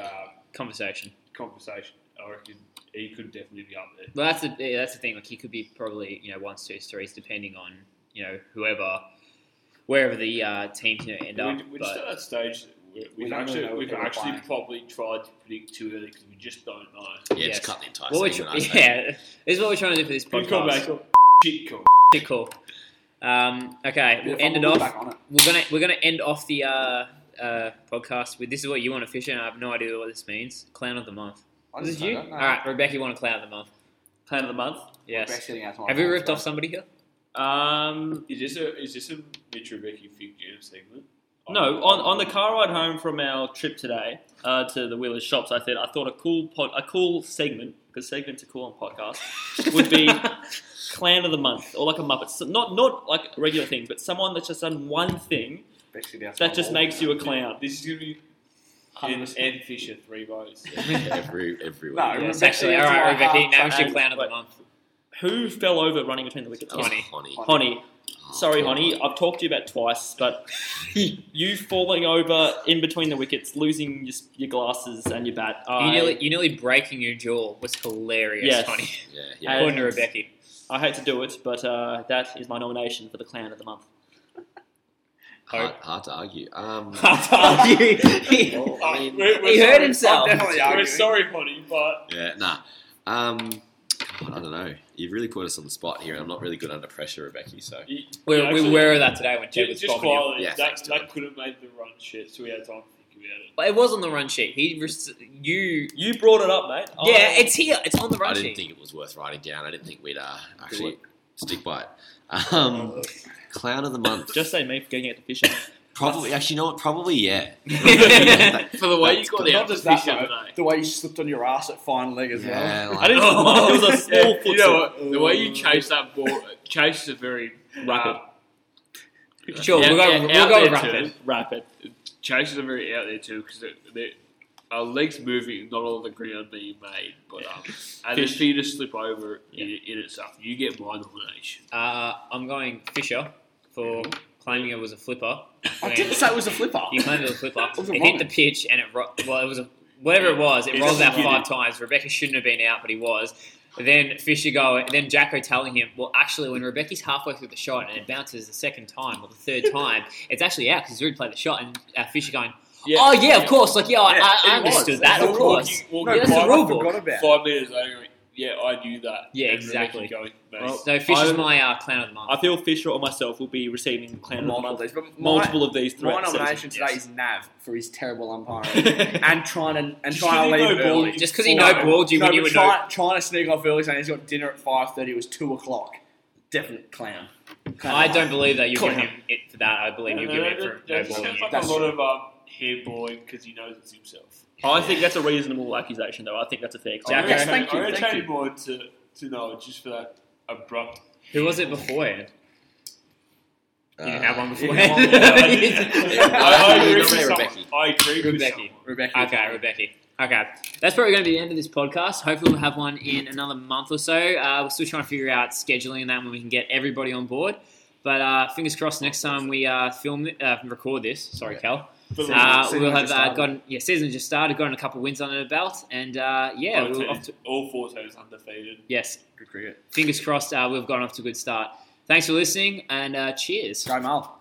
uh,
Conversation.
conversation, I reckon he could definitely be up there.
Well, that's the yeah, that's the thing. Like he could be probably you know ones, twos, threes, depending on you know whoever, wherever the uh, team's gonna end
We-
up.
We're
but
just at that stage. that we- We've,
don't
actually,
really know
we've
who we're
actually
buying.
probably tried to predict too early because we just don't know.
Yeah,
Yes.
just cut the entire
what we're
thing.
tr- (laughs)
when I say-
yeah, this is what we're trying to do for this
Good call,
podcast.
Michael. Shit call.
Pretty cool. Um, okay, we'll end it
I'll
off.
be Back on it.
We're gonna we're gonna end off the uh, uh, podcast with this is what you want to fish, and I have no idea what this means. Clown of the month.
I
Is
just
this you?
don't know.
All right, Rebecca, you want to clown of the month?
Plan of the month.
Yes.
Best getting out tomorrow.
Have you ripped off somebody here?
Um,
Is this a is this a Mitch Rebecca Fig Jam segment?
Oh,
No, on, on the car ride home from our trip today uh, to the Wheelers shops, I said I thought a cool pod, a cool segment because segments are cool on podcasts
(laughs)
would be clan of the month or like a Muppet, so not not like a regular thing, but someone that's just done one thing
Best getting out
that
Oh,
just
tomorrow.
makes you a clown.
This is gonna be Ed,
100%.
Ed Fisher three (laughs) votes.
every every week.
No,
Yeah.
Yes,
Rebecca,
actually. All
that's
right,
my
Rebecca,
half
now we should
second.
clown of the month.
Who fell over running between the wickets?
Honey.
Honey.
Honey, sorry, honey, I've talked to you about twice,
(laughs)
but you falling over in between the wickets, losing your, your glasses and your bat. I,
You nearly, you nearly breaking your jaw was hilarious,
Yes.
honey.
Yeah,
And-
yeah.
According to Rebecca.
I hate to do it, but uh, that is my nomination for the clan of the month.
Hard, hard to argue. Um, (laughs)
Argue.
I mean,
(laughs) Ah, we're,
(laughs) He heard himself.
I'm
Definitely
we're
arguing.
sorry, honey, but
yeah, nah. Um, God, I don't know. You've really put us on the spot here, and I'm not really good under pressure, Rebecca. So
we
Yeah,
we
actually-
were that today when Ted
ju-
was
just,
bombing you.
quietly,
Yeah,
that,
thanks,
that could have made the run shit, so we had time to think about it.
But It was on the run sheet. He, res- you,
You brought it up, mate.
Oh.
I-
yeah, it's here. It's on the
I
run
didn't
sheet.
think it was worth writing down. I didn't think we'd uh, actually stick by it. Um, clown of the month.
just say me for getting out the fishing.
probably. Actually, you know what? Probably yeah. (laughs)
For the
way you got
Not just that, though, the way you slipped on your ass at fine leg as well.
Yeah,
I
like,
(laughs) didn't. it was a small foot.
you know what? The way you chase that ball, chase is very
Rapid.
Sure,
Yeah,
we'll go,
yeah,
we'll
out
go
there
rapid.
too.
Rapid.
chases are very out there too because our legs moving, not all the ground being made, but um, and the
Fish.
feet just slip over in,
Yeah.
in itself. You get my nomination.
Uh, I'm going Fisher for
Mm-hmm.
claiming it was a flipper.
I didn't say it was a flipper.
He claimed it was a flipper.
It was a
it hit the
rocket.
pitch and it ro- well, it was a, whatever it was. It
It's
rolled
a
out
unit.
five times. Rebecca shouldn't have been out, but he was. Then Fisher go. Then Jacko telling him, "Well, actually, when Rebecca's halfway through the shot and it bounces the second time or the
(laughs)
third time, it's actually out because Zuri played the shot." And uh, Fisher going, "Oh yeah, of course. Like yeah, I-
Yeah,
I, I
it was.
understood that.
It's
Of
a
course."
Walking,
No,
Yeah,
walking
that's a
I
five,
rule book.
forgot about.
five minutes later, yeah, I knew that.
Yeah,
And Rebecca
exactly.
Going, mate.
Well,
So Fisher's
I-
my uh, clown of the month.
I feel Fisher or myself will be receiving clan of the
Multiple
month.
of these, but
Multiple of these
My, my
throughout the
nomination
season.
today
Yes.
is Nav for his terrible
(laughs)
umpiring and trying to and
Just
trying to
because he
leave
no ball,
early.
he
Just because he
No,
no balled you
no,
when you
but
were
try, trying to sneak off early, saying he's got dinner at five thirty. It was two o'clock. Definite clown. Clown.
I don't believe that you give
Clown.
him it for that. I believe
No,
you
no,
give
no,
it for
that-
no
that just
balling.
sounds
you.
like
That's
a lot of um, hairballing because he knows it's himself.
(laughs) I think that's a reasonable accusation, though. I think that's a fair
Yeah,
accusation.
okay,
I
thank you,
I
thank
retain
you.
more to, to know just for that abrupt.
Who was it beforehand? You didn't have one
Uh,
before. (laughs)
I, didn't- I
Yeah.
agree with
Rebecca.
someone. I agree with
Rebecca.
someone.
Rebecca.
Okay, Rebecca. Okay, that's probably going to be the end of this podcast. Hopefully, we'll have one in another month or so. Uh, we're still trying to figure out scheduling and that when we can get everybody on board. But uh, fingers crossed, next time we uh, film uh, record this. Sorry,
Yeah.
Cal.
But
Uh,
Season
we'll have
just
uh,
started.
gotten yeah, season just started. Gotten a couple wins under the belt, and uh, yeah,
all
we're
ten-
off to,
all four teams undefeated.
yes,
Good cricket.
fingers crossed. Uh, we've gone off to a good start. Thanks for listening, and uh, cheers.
Go Mal.